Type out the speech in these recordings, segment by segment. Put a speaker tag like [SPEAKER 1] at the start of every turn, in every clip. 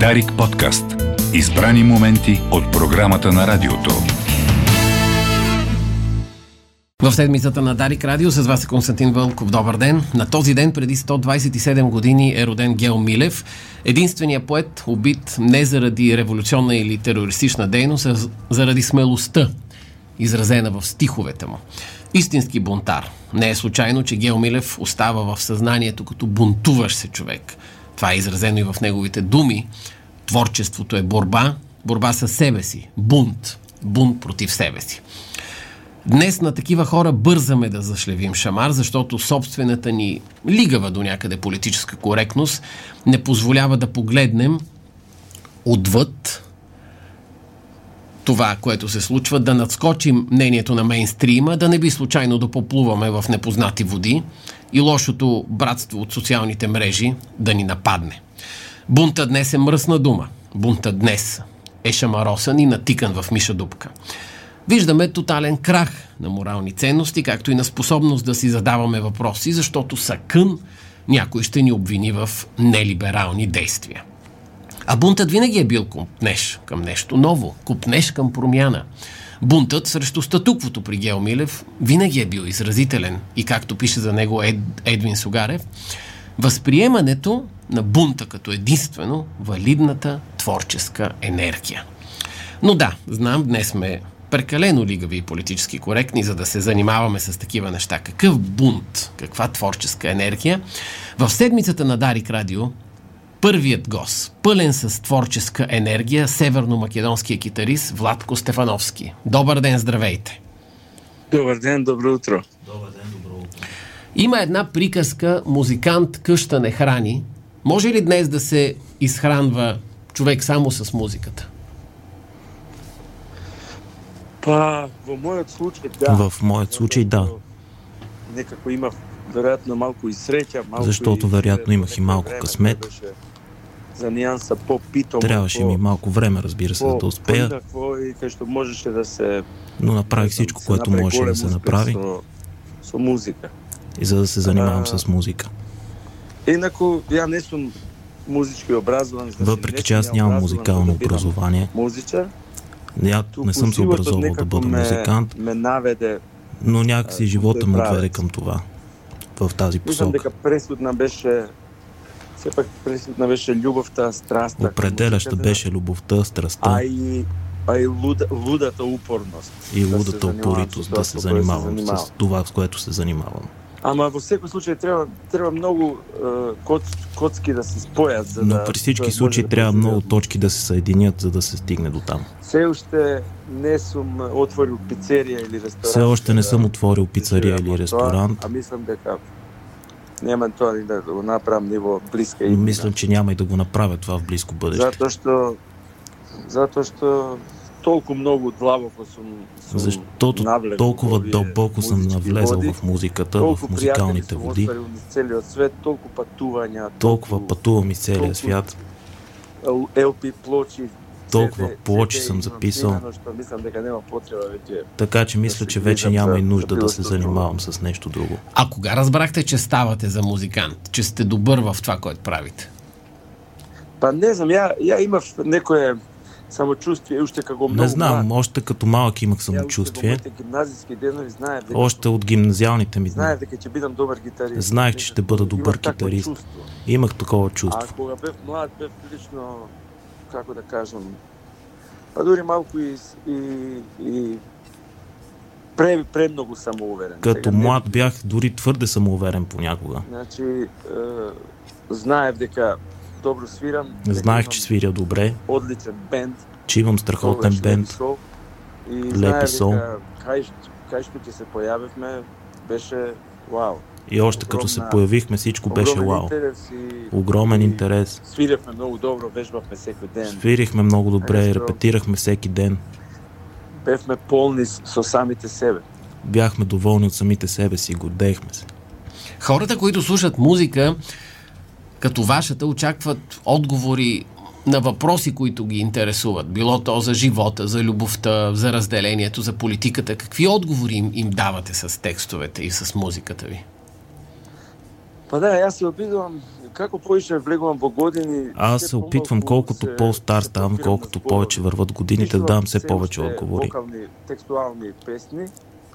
[SPEAKER 1] Дарик подкаст. Избрани моменти от програмата на радиото.
[SPEAKER 2] В седмицата на Дарик Радио с вас е Константин Вълков. Добър ден! На този ден преди 127 години е роден Гел Милев, единствения поет, убит не заради революционна или терористична дейност, а заради смелостта, изразена в стиховете му. Истински бунтар. Не е случайно, че Гел Милев остава в съзнанието като бунтуващ се човек. Това е изразено и в неговите думи. Творчеството е борба, борба със себе си, бунт, бунт против себе си. Днес на такива хора бързаме да зашлевим шамар, защото собствената ни лигава до някъде политическа коректност не позволява да погледнем отвъд това, което се случва, да надскочим мнението на мейнстрима, да не би случайно да поплуваме в непознати води и лошото братство от социалните мрежи да ни нападне. Бунта днес е мръсна дума. Бунта днес е шамаросън и натикан в Миша Дупка. Виждаме тотален крах на морални ценности, както и на способност да си задаваме въпроси, защото са кън някой ще ни обвини в нелиберални действия. А бунтът винаги е бил купнеш към нещо ново, купнеш към промяна. Бунтът срещу статуквото при Гео Милев винаги е бил изразителен и както пише за него Ед, Едвин Сугарев, възприемането на бунта като единствено валидната творческа енергия. Но да, знам, днес сме прекалено лигави и политически коректни, за да се занимаваме с такива неща. Какъв бунт, каква творческа енергия. В седмицата на Дарик Радио първият гост, пълен с творческа енергия, северно-македонския китарист Владко Стефановски. Добър ден, здравейте!
[SPEAKER 3] Добър ден, добро утро!
[SPEAKER 4] Добър ден, добро утро!
[SPEAKER 2] Има една приказка «Музикант къща не храни». Може ли днес да се изхранва човек само с музиката?
[SPEAKER 3] Па, в моят случай да.
[SPEAKER 4] В моят случай да,
[SPEAKER 3] Некако имах вероятно малко и среќа, малко
[SPEAKER 4] защото
[SPEAKER 3] и,
[SPEAKER 4] вероятно имах и малко
[SPEAKER 3] време
[SPEAKER 4] късмет.
[SPEAKER 3] беше За нијанса по-питомо.
[SPEAKER 4] Трябваше
[SPEAKER 3] по-
[SPEAKER 4] ми малко време, разбира се, за да
[SPEAKER 3] по-
[SPEAKER 4] успея,
[SPEAKER 3] какво и кај што можеше да се...
[SPEAKER 4] но направих всичко,
[SPEAKER 3] се
[SPEAKER 4] което
[SPEAKER 3] направи
[SPEAKER 4] можеше
[SPEAKER 3] голем
[SPEAKER 4] да се
[SPEAKER 3] успех
[SPEAKER 4] направи,
[SPEAKER 3] Со, со музика.
[SPEAKER 4] и за да се занимавам
[SPEAKER 3] А,
[SPEAKER 4] с музика.
[SPEAKER 3] Инако, ја не сум музички образован. значи не
[SPEAKER 4] Въпреки, че
[SPEAKER 3] сум
[SPEAKER 4] аз нямам
[SPEAKER 3] образован
[SPEAKER 4] музикално
[SPEAKER 3] да бидам
[SPEAKER 4] образование,
[SPEAKER 3] Музичар.
[SPEAKER 4] я
[SPEAKER 3] туку
[SPEAKER 4] не съм се
[SPEAKER 3] животот
[SPEAKER 4] образовал да
[SPEAKER 3] некако
[SPEAKER 4] бъда
[SPEAKER 3] ме-
[SPEAKER 4] музикант,
[SPEAKER 3] Ме наведе
[SPEAKER 4] но някакси живота ме
[SPEAKER 3] правец.
[SPEAKER 4] отведе към това, в тази
[SPEAKER 3] Мислам
[SPEAKER 4] посока.
[SPEAKER 3] дека пресудна беше все пак пресудна беше љубовта, страстта. към
[SPEAKER 4] Определяща
[SPEAKER 3] музиката,
[SPEAKER 4] беше любовта, страстта
[SPEAKER 3] А и, а и луда, лудата упорност.
[SPEAKER 4] и
[SPEAKER 3] да се
[SPEAKER 4] лудата
[SPEAKER 3] занимавам с
[SPEAKER 4] упоритост
[SPEAKER 3] това,
[SPEAKER 4] да
[SPEAKER 3] с
[SPEAKER 4] се
[SPEAKER 3] което се
[SPEAKER 4] занимавам
[SPEAKER 3] занимавам.
[SPEAKER 4] с това, с което се занимавам.
[SPEAKER 3] Ама во секој случај треба треба многу е, кот, котски да се спојат за
[SPEAKER 4] Но
[SPEAKER 3] да
[SPEAKER 4] при
[SPEAKER 3] човек
[SPEAKER 4] всички
[SPEAKER 3] може
[SPEAKER 4] случаи
[SPEAKER 3] да
[SPEAKER 4] трябва
[SPEAKER 3] преживее.
[SPEAKER 4] много точки да се съединят, за да се стигне до там.
[SPEAKER 3] Се уште не сум отворил пицерија или ресторант.
[SPEAKER 4] Все още не
[SPEAKER 3] за
[SPEAKER 4] съм
[SPEAKER 3] да
[SPEAKER 4] отворил пицария
[SPEAKER 3] преживеам
[SPEAKER 4] или
[SPEAKER 3] од
[SPEAKER 4] ресторант,
[SPEAKER 3] Тоа, а мислам дека нема тоа ни да го направам ни во близка
[SPEAKER 4] но
[SPEAKER 3] иднина.
[SPEAKER 4] мисля, че няма и да го направя това в близко бъдеще.
[SPEAKER 3] Затоа што затоа што толку многу длабоко сум, сум
[SPEAKER 4] Защото
[SPEAKER 3] навлегол во
[SPEAKER 4] толкова
[SPEAKER 3] овие
[SPEAKER 4] дълбоко съм
[SPEAKER 3] музички
[SPEAKER 4] навлезал
[SPEAKER 3] води,
[SPEAKER 4] в музиката, в
[SPEAKER 3] толку пријатели
[SPEAKER 4] музикалните
[SPEAKER 3] сум
[SPEAKER 4] води,
[SPEAKER 3] оставил низ целиот свет, толку пътувања,
[SPEAKER 4] толкова пътувам из
[SPEAKER 3] толкова
[SPEAKER 4] целия свят,
[SPEAKER 3] Л- LP плочи,
[SPEAKER 4] Толкова
[SPEAKER 3] CD,
[SPEAKER 4] плочи
[SPEAKER 3] CD
[SPEAKER 4] съм
[SPEAKER 3] имам
[SPEAKER 4] записал.
[SPEAKER 3] снимано, што мислам дека нема потреба веќе.
[SPEAKER 4] така че мисля,
[SPEAKER 3] се
[SPEAKER 4] че вече
[SPEAKER 3] грижам
[SPEAKER 4] няма
[SPEAKER 3] за-
[SPEAKER 4] и нужда
[SPEAKER 3] за
[SPEAKER 4] да се
[SPEAKER 3] пилотството.
[SPEAKER 4] занимавам с нещо друго.
[SPEAKER 2] А кога разбрахте, че ставате за музикант, че сте добър в това, което правите?
[SPEAKER 3] Па не знам, ја ја имав некое самочувствие уште како многу
[SPEAKER 4] Не знам,
[SPEAKER 3] млад.
[SPEAKER 4] още като малък имах
[SPEAKER 3] Ја уште во
[SPEAKER 4] самочувствие,
[SPEAKER 3] моите гимназиски денови знаев дека
[SPEAKER 4] още от гимназиалните ми дни.
[SPEAKER 3] знаев дека ќе бидам добар гитарист.
[SPEAKER 4] Знаех, че ще бъда добър
[SPEAKER 3] Имам такво
[SPEAKER 4] китарист.
[SPEAKER 3] чувство.
[SPEAKER 4] Имах такова
[SPEAKER 3] А
[SPEAKER 4] чувство.
[SPEAKER 3] кога бев млад, бев лично, како да кажам, па дори малко и, и, и пре, премногу самоуверен.
[SPEAKER 4] Като
[SPEAKER 3] не-
[SPEAKER 4] млад бях дори твърде самоуверен понякога.
[SPEAKER 3] Значи, е, знаев дека добро свирам. дека
[SPEAKER 4] Знаех,
[SPEAKER 3] имам
[SPEAKER 4] че свиря добре,
[SPEAKER 3] Отличен бенд.
[SPEAKER 4] че имам страхотен
[SPEAKER 3] добър
[SPEAKER 4] бенд.
[SPEAKER 3] сол. И
[SPEAKER 4] Лепи
[SPEAKER 3] знаев
[SPEAKER 4] сол.
[SPEAKER 3] дека кай, щ- кай што ќе се појавивме, беше вау.
[SPEAKER 4] И още като се
[SPEAKER 3] огромна-
[SPEAKER 4] появихме, всичко беше
[SPEAKER 3] Огромен
[SPEAKER 4] вау.
[SPEAKER 3] интерес и
[SPEAKER 4] Огромен
[SPEAKER 3] и-
[SPEAKER 4] интерес.
[SPEAKER 3] свиревме много добро, вежбавме секој ден.
[SPEAKER 4] Свирихме много добре,
[SPEAKER 3] Нещо.
[SPEAKER 4] репетирахме всеки ден.
[SPEAKER 3] Бевме полни с- со самите себе.
[SPEAKER 4] Бяхме доволни от самите себе си, гордеехме се.
[SPEAKER 2] Хората, които слушат музика, като вашата, очакват отговори на въпроси, които ги интересуват. Било то за живота, за любовта, за разделението, за политиката. Какви отговори им, им давате с текстовете и с музиката ви?
[SPEAKER 3] Па да, јас се обидувам Како повече влегувам во години...
[SPEAKER 4] Аз
[SPEAKER 3] все
[SPEAKER 4] се опитвам
[SPEAKER 3] по-малко
[SPEAKER 4] колкото
[SPEAKER 3] се-
[SPEAKER 4] по-стар
[SPEAKER 3] се
[SPEAKER 4] ставам,
[SPEAKER 3] профилирам на
[SPEAKER 4] колкото
[SPEAKER 3] сбора.
[SPEAKER 4] повече върват годините, да
[SPEAKER 3] Слушам
[SPEAKER 4] дам все повече
[SPEAKER 3] още
[SPEAKER 4] отговори.
[SPEAKER 3] Вокални, текстуални песни.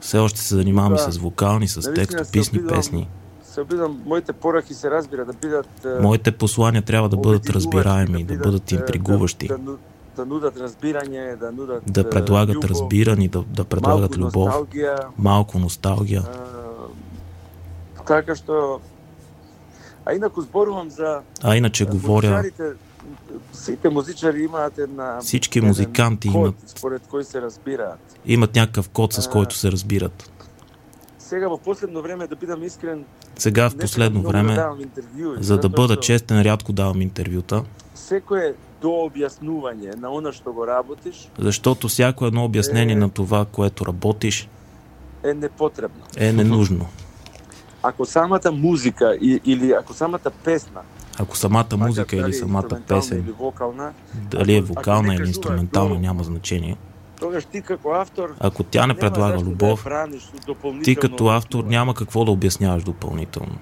[SPEAKER 4] Все още се занимавам и
[SPEAKER 3] Да.
[SPEAKER 4] с вокални, с
[SPEAKER 3] Наистина се
[SPEAKER 4] текстописни
[SPEAKER 3] опитвам-
[SPEAKER 4] песни.
[SPEAKER 3] Се обидам, моите поръхи се разбира да бидат... е,
[SPEAKER 4] Моите послания трябва да бъдат
[SPEAKER 3] убедителни,
[SPEAKER 4] разбираеми, да бъдат
[SPEAKER 3] е,
[SPEAKER 4] интригуващи,
[SPEAKER 3] Да, да, ну- да нудат разбиране, да нудат...
[SPEAKER 4] да
[SPEAKER 3] е,
[SPEAKER 4] предлагат
[SPEAKER 3] любов,
[SPEAKER 4] разбиране, да, да предлагат
[SPEAKER 3] малко
[SPEAKER 4] любов,
[SPEAKER 3] Носталгия,
[SPEAKER 4] малко носталгия.
[SPEAKER 3] е, така що... А инако зборувам за
[SPEAKER 4] А иначе
[SPEAKER 3] а,
[SPEAKER 4] Е, говоря,
[SPEAKER 3] музичарите, Сите музичари имат една...
[SPEAKER 4] всички
[SPEAKER 3] един
[SPEAKER 4] музиканти
[SPEAKER 3] код,
[SPEAKER 4] имат,
[SPEAKER 3] Според кой се разбираят.
[SPEAKER 4] имат някакъв код, с
[SPEAKER 3] А.
[SPEAKER 4] който се разбират.
[SPEAKER 3] Сега в последно време, да бидам искрен,
[SPEAKER 4] Сега
[SPEAKER 3] не
[SPEAKER 4] в
[SPEAKER 3] сега
[SPEAKER 4] последно
[SPEAKER 3] много
[SPEAKER 4] време,
[SPEAKER 3] да давам интервю,
[SPEAKER 4] за да бъда
[SPEAKER 3] бъда
[SPEAKER 4] честен, рядко давам интервюта,
[SPEAKER 3] Секое дообяснување е на она што го работиш
[SPEAKER 4] защото всяко едно обяснение
[SPEAKER 3] Е.
[SPEAKER 4] на това, което работиш,
[SPEAKER 3] е непотребно.
[SPEAKER 4] е ненужно.
[SPEAKER 3] Ако самата музика и, или ако самата песна,
[SPEAKER 4] Ако самата
[SPEAKER 3] макар
[SPEAKER 4] музика или
[SPEAKER 3] дали
[SPEAKER 4] самата
[SPEAKER 3] инструментална
[SPEAKER 4] песен,
[SPEAKER 3] или вокална,
[SPEAKER 4] дали е
[SPEAKER 3] ако- ако не
[SPEAKER 4] вокална или
[SPEAKER 3] кажува
[SPEAKER 4] инструментална,
[SPEAKER 3] дума,
[SPEAKER 4] няма значение.
[SPEAKER 3] тогаш ти како автор
[SPEAKER 4] Ако тя не
[SPEAKER 3] нема
[SPEAKER 4] предлага
[SPEAKER 3] защо да е я
[SPEAKER 4] любов,
[SPEAKER 3] браниш допълнително
[SPEAKER 4] ти като автор
[SPEAKER 3] такива.
[SPEAKER 4] няма какво да обясняваш допълнително.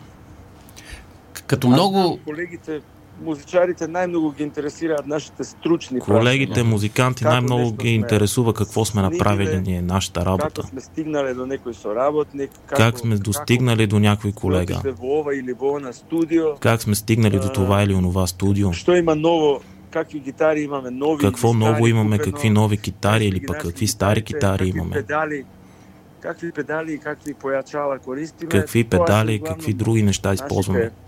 [SPEAKER 2] Като
[SPEAKER 3] Аз
[SPEAKER 2] много
[SPEAKER 3] знам, Колегите, музичарите най-много ги интересират нашите стручни
[SPEAKER 4] Колегите, музиканти
[SPEAKER 3] Какво
[SPEAKER 4] най-много
[SPEAKER 3] нещо
[SPEAKER 4] ги
[SPEAKER 3] сме
[SPEAKER 4] интересува какво сме
[SPEAKER 3] снимили,
[SPEAKER 4] направили ние, нашата
[SPEAKER 3] прашки.
[SPEAKER 4] работа.
[SPEAKER 3] Како сме стигнале до некој соработник,
[SPEAKER 4] Как сме достигнали до някой
[SPEAKER 3] како сме
[SPEAKER 4] колега.
[SPEAKER 3] отишли во ова или во она студио,
[SPEAKER 4] Как сме стигнали до
[SPEAKER 3] А,
[SPEAKER 4] това или онова студио.
[SPEAKER 3] Што има ново, какви гитари имаме, нови
[SPEAKER 4] Какво
[SPEAKER 3] или
[SPEAKER 4] ново
[SPEAKER 3] стари,
[SPEAKER 4] имаме,
[SPEAKER 3] купено,
[SPEAKER 4] какви нови китари
[SPEAKER 3] нашите
[SPEAKER 4] или пък
[SPEAKER 3] гитарски
[SPEAKER 4] какви стари
[SPEAKER 3] гитарите,
[SPEAKER 4] китари
[SPEAKER 3] какви
[SPEAKER 4] имаме.
[SPEAKER 3] Педали, какви педали и какви поячала користиме.
[SPEAKER 4] Какви
[SPEAKER 3] тоа се
[SPEAKER 4] педали,
[SPEAKER 3] главно
[SPEAKER 4] какви други неща
[SPEAKER 3] нашите-
[SPEAKER 4] използваме.
[SPEAKER 3] Значи, е,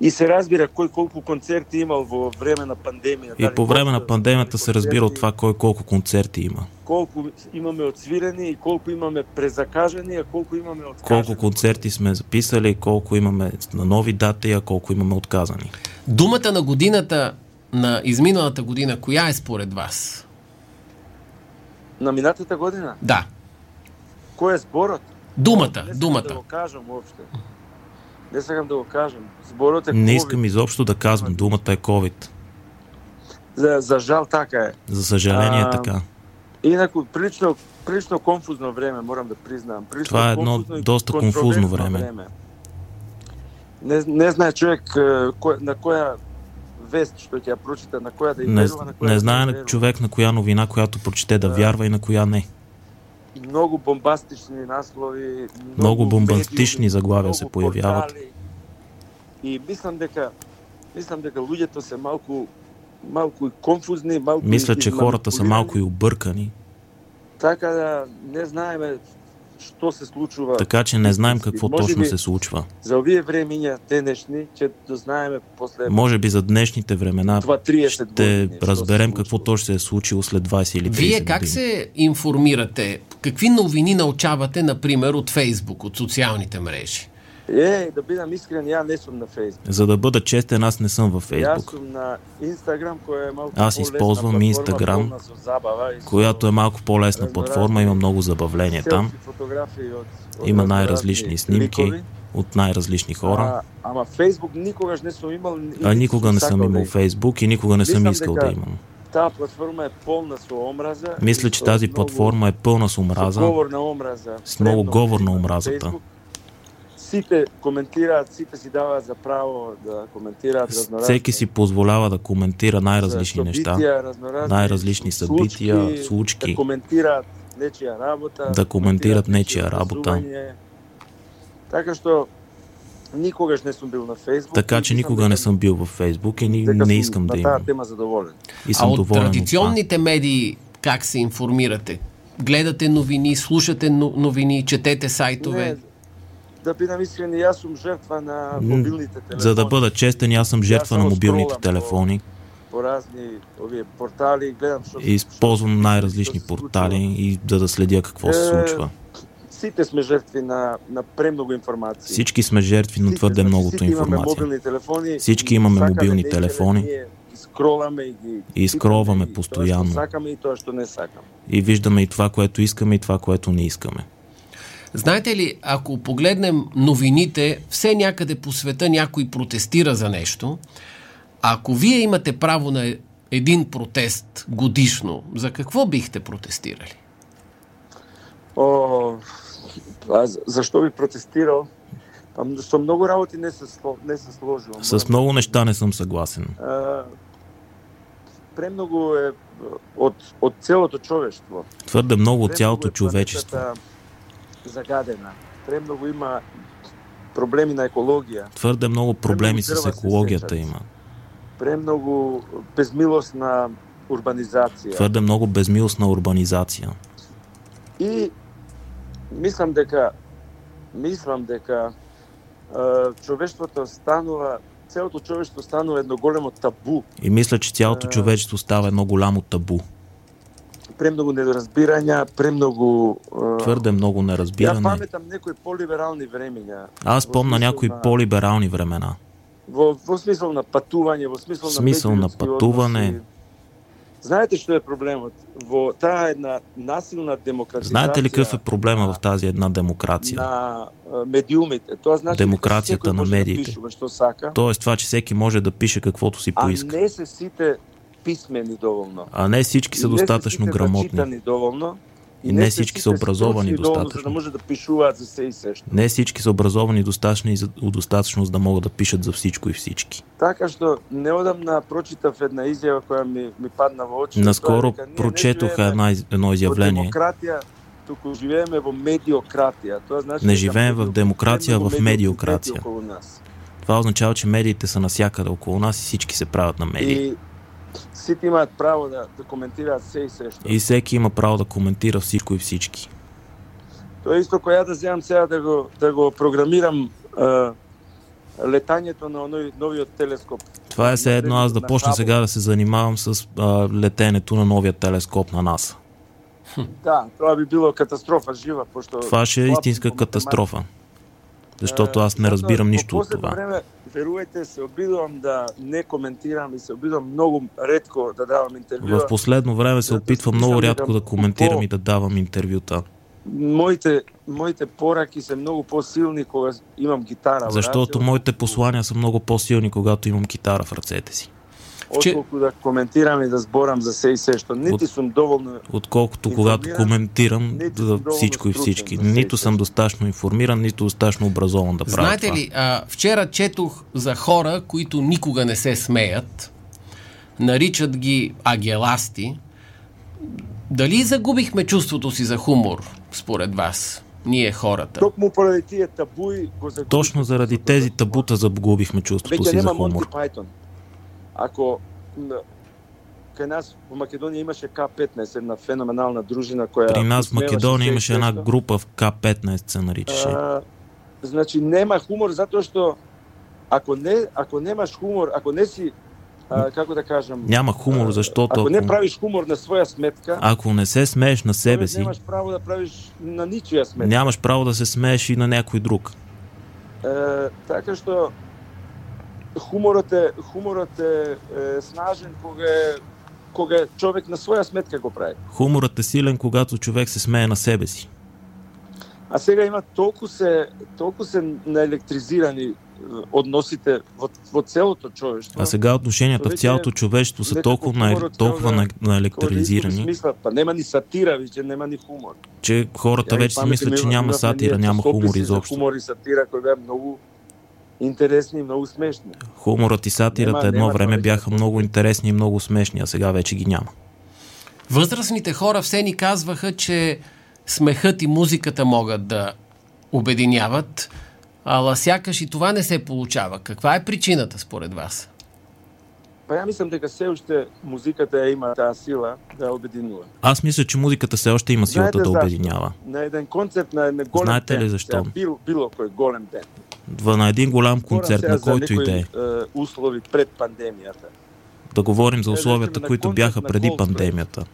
[SPEAKER 3] И се разбира кој колку концерти е имал во време на пандемија.
[SPEAKER 4] И
[SPEAKER 3] дали
[SPEAKER 4] по време на
[SPEAKER 3] доста,
[SPEAKER 4] пандемията се
[SPEAKER 3] дали
[SPEAKER 4] разбира от
[SPEAKER 3] концерти,
[SPEAKER 4] това кой колко концерти има.
[SPEAKER 3] Колку имаме отсвирани и колку имаме презакажани, а колку имаме откажани.
[SPEAKER 4] Колко концерти сме записали, колко имаме на нови дати, а колко имаме отказани.
[SPEAKER 2] думата на годината на изминалата година, коя е според вас?
[SPEAKER 3] На минатата година?
[SPEAKER 2] Да.
[SPEAKER 3] Кој е зборот?
[SPEAKER 2] Думата,
[SPEAKER 3] Не сакам да
[SPEAKER 2] думата.
[SPEAKER 3] го кажам уопште. Не сакам да го кажам. Зборот е
[SPEAKER 4] Не
[SPEAKER 3] COVID.
[SPEAKER 4] искам изобщо да казвам, думата е COVID.
[SPEAKER 3] За, за жал така е.
[SPEAKER 4] За съжаление е
[SPEAKER 3] А,
[SPEAKER 4] така.
[SPEAKER 3] Инако, прилично, прилично конфузно време, морам да признам. Прилично
[SPEAKER 4] Това е едно
[SPEAKER 3] конфузно и
[SPEAKER 4] доста конфузно
[SPEAKER 3] контроверзно
[SPEAKER 4] време.
[SPEAKER 3] Не, не знае човек е, кой, на која вест што ќе ја прочита, на која да ја
[SPEAKER 4] Не,
[SPEAKER 3] верува, на е. која
[SPEAKER 4] не
[SPEAKER 3] да
[SPEAKER 4] знае
[SPEAKER 3] не верува.
[SPEAKER 4] човек на коя новина, която прочете да вярва и на коя не.
[SPEAKER 3] Много бомбастични наслови, много,
[SPEAKER 4] Много бомбастични
[SPEAKER 3] медиуми,
[SPEAKER 4] заглавия
[SPEAKER 3] много
[SPEAKER 4] се появяват.
[SPEAKER 3] портали. И мислам дека мислам дека луѓето се малку малку и конфузни, малку
[SPEAKER 4] Мисля,
[SPEAKER 3] и
[SPEAKER 4] че хората са малко и объркани,
[SPEAKER 3] Така да не знаеме што се случува.
[SPEAKER 4] така че не знаем какво
[SPEAKER 3] Може
[SPEAKER 4] точно
[SPEAKER 3] би-
[SPEAKER 4] се случва.
[SPEAKER 3] За овие времиња денешни ќе дознаеме после
[SPEAKER 4] Може би за днешните времена
[SPEAKER 3] е това 30
[SPEAKER 4] ще
[SPEAKER 3] години. што
[SPEAKER 4] разберем
[SPEAKER 3] се
[SPEAKER 4] какво
[SPEAKER 3] случва.
[SPEAKER 4] точно се е случило след 20 или 30
[SPEAKER 2] Вие как
[SPEAKER 4] години.
[SPEAKER 2] се информирате? Какви новини научавате, например, от Фейсбук, от социалните мрежи?
[SPEAKER 3] Е, да бидам искрен, ја не сум на Facebook.
[SPEAKER 4] За да бъда честен, аз не съм във
[SPEAKER 3] Јас
[SPEAKER 4] Фейсбук,
[SPEAKER 3] сум на Instagram, која е малку
[SPEAKER 4] Аз
[SPEAKER 3] по-лесна
[SPEAKER 4] използвам
[SPEAKER 3] платформа,
[SPEAKER 4] Instagram,
[SPEAKER 3] полна со забава и со
[SPEAKER 4] която е малко по-лесна
[SPEAKER 3] Разбирам.
[SPEAKER 4] платформа, има много забавление
[SPEAKER 3] селфи
[SPEAKER 4] там,
[SPEAKER 3] фотографии От, от
[SPEAKER 4] има
[SPEAKER 3] разноразни
[SPEAKER 4] най-различни снимки
[SPEAKER 3] ликови.
[SPEAKER 4] от най-различни хора.
[SPEAKER 3] А, ама Facebook никогаш не сум имал...
[SPEAKER 4] А никога не съм имал
[SPEAKER 3] Facebook.
[SPEAKER 4] Фейсбук и никога не съм
[SPEAKER 3] Мислам
[SPEAKER 4] искал
[SPEAKER 3] дека
[SPEAKER 4] да имам.
[SPEAKER 3] Таа платформа е полна со омраза.
[SPEAKER 4] Мисля,
[SPEAKER 3] и
[SPEAKER 4] че
[SPEAKER 3] со
[SPEAKER 4] тази
[SPEAKER 3] много-
[SPEAKER 4] платформа е пълна с
[SPEAKER 3] С
[SPEAKER 4] омраза.
[SPEAKER 3] говор на омраза.
[SPEAKER 4] С много
[SPEAKER 3] Предно
[SPEAKER 4] говор на
[SPEAKER 3] на
[SPEAKER 4] омразата.
[SPEAKER 3] Facebook. Сите коментираат, сите си даваат за право да коментираат
[SPEAKER 4] Всеки си позволява да коментира най-различни неща,
[SPEAKER 3] неща,
[SPEAKER 4] най-различни събития,
[SPEAKER 3] да
[SPEAKER 4] случки.
[SPEAKER 3] коментираат нечия работа,
[SPEAKER 4] Да коментират нечия
[SPEAKER 3] нечие
[SPEAKER 4] работа.
[SPEAKER 3] образување. Така што никогаш не сум бил на Фейсбук.
[SPEAKER 4] Така че никога не съм бил във Фейсбук и ни- не искам да
[SPEAKER 3] На таа
[SPEAKER 4] имам.
[SPEAKER 3] тема задоволен.
[SPEAKER 4] И
[SPEAKER 2] А
[SPEAKER 4] съм
[SPEAKER 2] от
[SPEAKER 4] доволен от това.
[SPEAKER 2] традиционните медии как се информирате? Гледате новини, слушате но- новини, четете сайтове?
[SPEAKER 3] Не, да бидам искрен, и јас сум жртва на
[SPEAKER 4] М,
[SPEAKER 3] мобилните телефони.
[SPEAKER 4] За да бъда честен, аз съм жертва на
[SPEAKER 3] само
[SPEAKER 4] мобилните
[SPEAKER 3] скролам по-
[SPEAKER 4] телефони
[SPEAKER 3] по разни овие портали, гледам што
[SPEAKER 4] и използвам е най-различни
[SPEAKER 3] Какво се
[SPEAKER 4] портали, и за да следя какво се
[SPEAKER 3] Е,
[SPEAKER 4] случва.
[SPEAKER 3] Сите сме жертви на, на премногу информации.
[SPEAKER 4] Всички сме жертви на
[SPEAKER 3] Сите
[SPEAKER 4] твърде
[SPEAKER 3] сме-
[SPEAKER 4] многото
[SPEAKER 3] сите имаме
[SPEAKER 4] информация.
[SPEAKER 3] мобилни телефони.
[SPEAKER 4] Всички имаме
[SPEAKER 3] Сакаме
[SPEAKER 4] мобилни
[SPEAKER 3] да
[SPEAKER 4] телефони.
[SPEAKER 3] Ние ги скроламе и ги читаме,
[SPEAKER 4] И скролваме
[SPEAKER 3] и
[SPEAKER 4] постоянно.
[SPEAKER 3] Това, що сакаме и това, що не сакаме.
[SPEAKER 4] И виждаме и това, което искаме, и това, което не искаме.
[SPEAKER 2] Знаете ли, ако погледнем новините, все някъде по света някой протестира за нещо. А Ако вие имате право на един протест годишно, за какво бихте протестирали?
[SPEAKER 3] О, а за- защо би протестирал? Ам, Со много работи не се, сло- не се сложило.
[SPEAKER 4] С много неща не съм съгласен.
[SPEAKER 3] А, премного е от, от целото човештво.
[SPEAKER 4] Твърде много от
[SPEAKER 3] Премного
[SPEAKER 4] цялото
[SPEAKER 3] е
[SPEAKER 4] човечество.
[SPEAKER 3] планетата Загадена. Премного има проблеми на екология.
[SPEAKER 4] Твърде много проблеми
[SPEAKER 3] дърва
[SPEAKER 4] с
[SPEAKER 3] се
[SPEAKER 4] екологията
[SPEAKER 3] сечат.
[SPEAKER 4] има.
[SPEAKER 3] Премного безмилостна урбанизация.
[SPEAKER 4] Твърде много безмилостна урбанизация.
[SPEAKER 3] И мислам дека мислам дека а, човештвото станува целото човештво станува едно големо табу,
[SPEAKER 4] И мисля, че цялото
[SPEAKER 3] А.
[SPEAKER 4] човечество става едно голямо табу.
[SPEAKER 3] премногу недоразбирања, премногу а,
[SPEAKER 4] Твърде много
[SPEAKER 3] Ја
[SPEAKER 4] неразбиране.
[SPEAKER 3] паметам некои полиберални времења.
[SPEAKER 4] Аз
[SPEAKER 3] Во
[SPEAKER 4] помна
[SPEAKER 3] смисъл
[SPEAKER 4] някои
[SPEAKER 3] на-
[SPEAKER 4] по-либерални времена.
[SPEAKER 3] Во, во смисъл на пътување, во смисъл,
[SPEAKER 4] Смисъл на
[SPEAKER 3] на меѓуљудски
[SPEAKER 4] пътуване.
[SPEAKER 3] Односи. Знаете што е проблемот? Во таа една насилна демократизација
[SPEAKER 4] Знаете ли какъв е проблема в тази една демокрация?
[SPEAKER 3] на а, медиумите? Тоа значи
[SPEAKER 4] Демокрацијата
[SPEAKER 3] дека секој
[SPEAKER 4] на
[SPEAKER 3] може да
[SPEAKER 4] медиите.
[SPEAKER 3] пишува што сака,
[SPEAKER 4] Тоест това, че всеки може да пише каквото си
[SPEAKER 3] а
[SPEAKER 4] поиска.
[SPEAKER 3] не се сите писмени доволно.
[SPEAKER 4] А не всички са
[SPEAKER 3] И не се
[SPEAKER 4] достатъчно
[SPEAKER 3] сите
[SPEAKER 4] грамотни.
[SPEAKER 3] зачитани доволно.
[SPEAKER 4] И не всички са
[SPEAKER 3] сите
[SPEAKER 4] образовани
[SPEAKER 3] струци доволно, За да
[SPEAKER 4] достатъчно.
[SPEAKER 3] може да пишуваат за се и сешто.
[SPEAKER 4] Не всички са образовани достатъчно и за, достатъчно, за да могат да пишат за всичко и всички.
[SPEAKER 3] Така што неодамна прочитав една изјава која ми, ми падна во очи.
[SPEAKER 4] Наскоро
[SPEAKER 3] Тоа е дека ние не
[SPEAKER 4] прочетоха
[SPEAKER 3] живееме
[SPEAKER 4] една, из- едно
[SPEAKER 3] во
[SPEAKER 4] изявление.
[SPEAKER 3] Демократија, туку живееме во медиократија. Тоа значи
[SPEAKER 4] Не
[SPEAKER 3] дека
[SPEAKER 4] живеем
[SPEAKER 3] медио-
[SPEAKER 4] в демокрация, а
[SPEAKER 3] премногу
[SPEAKER 4] в
[SPEAKER 3] медиуми
[SPEAKER 4] медиокрация.
[SPEAKER 3] влезе околу нас.
[SPEAKER 4] Това означава, че медиите са навсякъде около нас и всички се правят на медии.
[SPEAKER 3] И сите имаат право да, да коментираат се и се што.
[SPEAKER 4] И всеки има право да коментира всичко и всички.
[SPEAKER 3] Тоа е исто која да земам сега да го, да го програмирам а, летањето на оној новиот телескоп.
[SPEAKER 4] Това е все едно аз да почна сега да се занимавам с а, летенето на новия телескоп на НАСА.
[SPEAKER 3] Да, тоа би било катастрофа жива, пошто
[SPEAKER 4] Това ще е
[SPEAKER 3] слаб
[SPEAKER 4] истинска
[SPEAKER 3] сум по математика. е
[SPEAKER 4] катастрофа. Защото аз не
[SPEAKER 3] Затоа,
[SPEAKER 4] разбирам
[SPEAKER 3] во
[SPEAKER 4] нищо от
[SPEAKER 3] последно
[SPEAKER 4] това.
[SPEAKER 3] Време, верувате, се обидувам да не коментирам и се обидувам много редко да давам интервю.
[SPEAKER 4] В последно време се
[SPEAKER 3] Защото
[SPEAKER 4] опитвам
[SPEAKER 3] слушам
[SPEAKER 4] много
[SPEAKER 3] да
[SPEAKER 4] рядко да
[SPEAKER 3] го-
[SPEAKER 4] коментирам и да давам интервюта.
[SPEAKER 3] Моите, моите пораки са много по-силни, кога имам гитара.
[SPEAKER 4] Защото моите послания са много по-силни, когато имам китара в ръцете си.
[SPEAKER 2] Че-
[SPEAKER 3] Отколко да коментирам и да зборам за се и се, що нити
[SPEAKER 4] От-
[SPEAKER 3] съм доволно.
[SPEAKER 4] Отколкото когато
[SPEAKER 3] Информиран,
[SPEAKER 4] коментирам
[SPEAKER 3] нито
[SPEAKER 4] за
[SPEAKER 3] съм доволно
[SPEAKER 4] всичко и
[SPEAKER 3] стручен
[SPEAKER 4] всички.
[SPEAKER 3] за себе
[SPEAKER 4] Нито
[SPEAKER 3] си.
[SPEAKER 4] съм достатъчно информиран, нито достатъчно образован да правя
[SPEAKER 2] Знаете
[SPEAKER 4] това.
[SPEAKER 2] ли, а, вчера четох за хора, които никога не се смеят, наричат ги агеласти. Дали загубихме чувството си за хумор, според вас, ние хората?
[SPEAKER 3] Ток му поради тия табуи го загубих.
[SPEAKER 4] Точно заради тези табута загубихме чувството
[SPEAKER 3] Веќе
[SPEAKER 4] си за
[SPEAKER 3] нема Монти
[SPEAKER 4] хумор.
[SPEAKER 3] Пайтон. Ако м, кај нас во Македонија имаше К-15, една феноменална дружина која...
[SPEAKER 4] При нас в
[SPEAKER 3] усмеваше
[SPEAKER 4] Македония
[SPEAKER 3] се и
[SPEAKER 4] имаше една
[SPEAKER 3] сешто.
[SPEAKER 4] група в К-15 се наричаше.
[SPEAKER 3] А, значи нема хумор затоа што ако не ако немаш хумор, ако не си а, како да кажам,
[SPEAKER 4] Няма хумор,
[SPEAKER 3] а,
[SPEAKER 4] защото
[SPEAKER 3] ако
[SPEAKER 4] ако,
[SPEAKER 3] не правиш хумор на своја сметка,
[SPEAKER 4] ако не се смееш на себе
[SPEAKER 3] тогаш
[SPEAKER 4] си,
[SPEAKER 3] немаш право да правиш на ничија сметка.
[SPEAKER 4] нямаш право да се смееш и на някой друг.
[SPEAKER 3] Е, така што хуморот е хуморот е, е снажен кога е кога е човек на своја сметка го прави.
[SPEAKER 4] Хуморът е силен, когато човек се смее на себе си.
[SPEAKER 3] А сега има толку се толку се наелектризирани е, односите во, во целото човештво.
[SPEAKER 4] А сега отношенията в
[SPEAKER 3] Човече,
[SPEAKER 4] цялото човечество са
[SPEAKER 3] нека
[SPEAKER 4] толкова, на,
[SPEAKER 3] хуморът
[SPEAKER 4] толкова
[SPEAKER 3] трябва
[SPEAKER 4] на,
[SPEAKER 3] да- Кога да изгуби
[SPEAKER 4] наелектризирани,
[SPEAKER 3] смисла, па нема ни сатира, виќе нема ни хумор. Ами,
[SPEAKER 4] че хората
[SPEAKER 3] Ја
[SPEAKER 4] вече си
[SPEAKER 3] паметам,
[SPEAKER 4] мислят, че
[SPEAKER 3] имавме-
[SPEAKER 4] няма
[SPEAKER 3] имавме
[SPEAKER 4] сатира,
[SPEAKER 3] ние
[SPEAKER 4] няма хумор
[SPEAKER 3] часописи за
[SPEAKER 4] изобщо.
[SPEAKER 3] Хумор и сатира, кои бяха много интересни и много смешни.
[SPEAKER 4] Хуморът и сатирата
[SPEAKER 3] Нема-
[SPEAKER 4] едно
[SPEAKER 3] нема
[SPEAKER 4] време
[SPEAKER 3] човек.
[SPEAKER 4] бяха много интересни и много смешни, а сега вече ги няма.
[SPEAKER 2] Възрастните хора все ни казваха, че смехът и музиката могат да обединяват, ала сякаш и това не се получава. Каква е причината според вас?
[SPEAKER 3] Па ја мислам дека се уште музиката ја има таа сила да ја обединува.
[SPEAKER 4] Аз мисля, че музиката все още има силата
[SPEAKER 3] Знаете
[SPEAKER 4] да
[SPEAKER 3] защо?
[SPEAKER 4] обединява.
[SPEAKER 3] На еден концерт на еден голем
[SPEAKER 4] Знаете
[SPEAKER 3] ден,
[SPEAKER 4] ли защо?
[SPEAKER 3] сега Било, било кој голем ден.
[SPEAKER 4] В- На един голям концерт,
[SPEAKER 3] Говорам сега
[SPEAKER 4] на
[SPEAKER 3] за
[SPEAKER 4] който и да е.
[SPEAKER 3] некои, е, услови пред пандемијата.
[SPEAKER 4] Да говорим за
[SPEAKER 3] Е,
[SPEAKER 4] условията,
[SPEAKER 3] речеме, на
[SPEAKER 4] които
[SPEAKER 3] концерт
[SPEAKER 4] бяха
[SPEAKER 3] на
[SPEAKER 4] преди
[SPEAKER 3] Coldplay.
[SPEAKER 4] пандемията.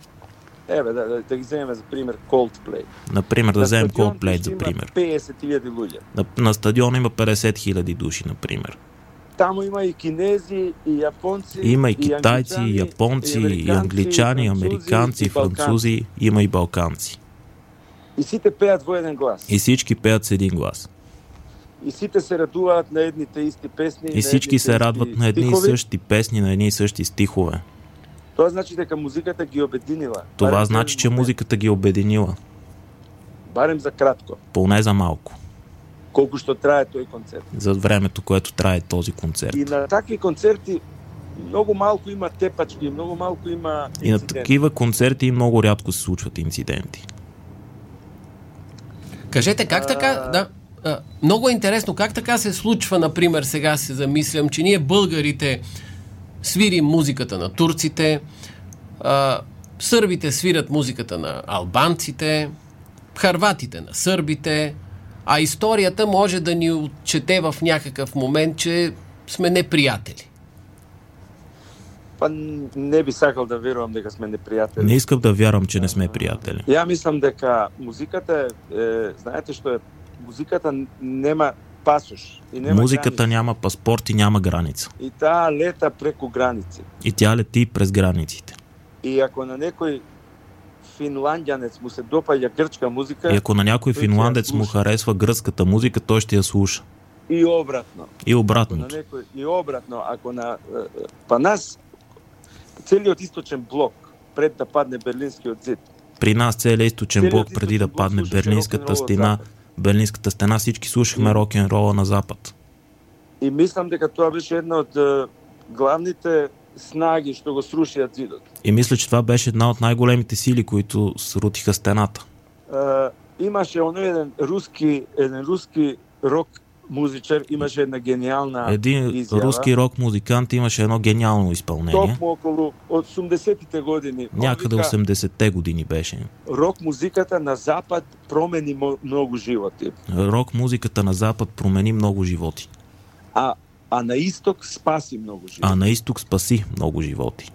[SPEAKER 3] Еве, да, да, да ги земеме за пример Coldplay.
[SPEAKER 4] Например, да
[SPEAKER 3] На
[SPEAKER 4] вземем
[SPEAKER 3] стадион
[SPEAKER 4] Coldplay,
[SPEAKER 3] почти
[SPEAKER 4] за
[SPEAKER 3] има
[SPEAKER 4] пример.
[SPEAKER 3] 50.000 луѓе.
[SPEAKER 4] На, на стадиона има 50 000 души, например.
[SPEAKER 3] Таму има и кинези, и јапонци,
[SPEAKER 4] Има и китайци, и японци, и англичани, и американци,
[SPEAKER 3] балканци.
[SPEAKER 4] и французи, има и балканци.
[SPEAKER 3] И сите пеат во еден глас.
[SPEAKER 4] И
[SPEAKER 3] И,
[SPEAKER 4] всички пеят с един глас.
[SPEAKER 3] и сите се радуваат на едните исти песни. на
[SPEAKER 4] И всички
[SPEAKER 3] едните
[SPEAKER 4] се радват
[SPEAKER 3] исти
[SPEAKER 4] на едни и
[SPEAKER 3] стихови.
[SPEAKER 4] същи песни, на едни и същи стихове.
[SPEAKER 3] Тоа значи дека музиката ги обединила.
[SPEAKER 4] Това
[SPEAKER 3] Барем за
[SPEAKER 4] значи,
[SPEAKER 3] еден
[SPEAKER 4] че
[SPEAKER 3] момент,
[SPEAKER 4] музиката ги обединила.
[SPEAKER 3] Барем за кратко.
[SPEAKER 4] Поне за малко.
[SPEAKER 3] колко ще трае този концерт.
[SPEAKER 4] за времето, което трае този концерт.
[SPEAKER 3] И на такви концерти много малко има тепачки, много малко има
[SPEAKER 4] И на
[SPEAKER 3] инциденти.
[SPEAKER 4] такива концерти много рядко се случват инциденти.
[SPEAKER 2] Кажете, как така... Да, а, много е интересно как така се случва, например, сега се замислям, че ние българите свирим музиката на турците, а, сърбите свирят музиката на албанците, харватите на сърбите, а историята може да ни отчете в някакъв момент, че сме неприятели.
[SPEAKER 3] Па не би сакал да верувам дека сме непријатели.
[SPEAKER 4] Не искам да вярвам, че не сме приятели.
[SPEAKER 3] Ја мислам дека музиката е, е знаете што е, музиката нема пасош и нема
[SPEAKER 4] Музиката
[SPEAKER 3] граници.
[SPEAKER 4] няма паспорт и няма граница.
[SPEAKER 3] И таа лета преку граници.
[SPEAKER 4] И тя лети през границите.
[SPEAKER 3] И ако на некој финландјанец му се допаѓа грчка музика
[SPEAKER 4] И ако на някой
[SPEAKER 3] Той тя
[SPEAKER 4] финландец му
[SPEAKER 3] слуша.
[SPEAKER 4] харесва гръцката музика, той ще я слуша.
[SPEAKER 3] и обратно.
[SPEAKER 4] И
[SPEAKER 3] на
[SPEAKER 4] обратното.
[SPEAKER 3] некој и обратно, ако на е, е, па нас целиот источен блок пред да падне Берлинскиот зид.
[SPEAKER 4] При нас целият източен
[SPEAKER 3] Целият
[SPEAKER 4] блок преди
[SPEAKER 3] източен
[SPEAKER 4] да
[SPEAKER 3] блок
[SPEAKER 4] падне
[SPEAKER 3] слушаше
[SPEAKER 4] Берлинската
[SPEAKER 3] рок-н-рол от
[SPEAKER 4] стена.
[SPEAKER 3] Запад.
[SPEAKER 4] Берлинската стена всички слушахме рок-н-рола на Запад.
[SPEAKER 3] И мислам дека тоа беше една од е, главните снаги што го срушија зидот.
[SPEAKER 4] И мисля, че това беше една от най-големите сили, които срутиха стената.
[SPEAKER 3] Е, имаше оној еден руски, еден руски рок музичар, имаше една гениална
[SPEAKER 4] Един
[SPEAKER 3] изјава.
[SPEAKER 4] руски рок музикант имаше едно гениално изпълнение.
[SPEAKER 3] Токму околу од 80-тите години. Он
[SPEAKER 4] Някъде
[SPEAKER 3] вика,
[SPEAKER 4] 80-те години беше.
[SPEAKER 3] Рок музиката на Запад промени мо- многу животи,
[SPEAKER 4] Рок музиката на Запад промени много животи,
[SPEAKER 3] а, а на Исток спаси многу животи.
[SPEAKER 4] а на изток спаси много животи.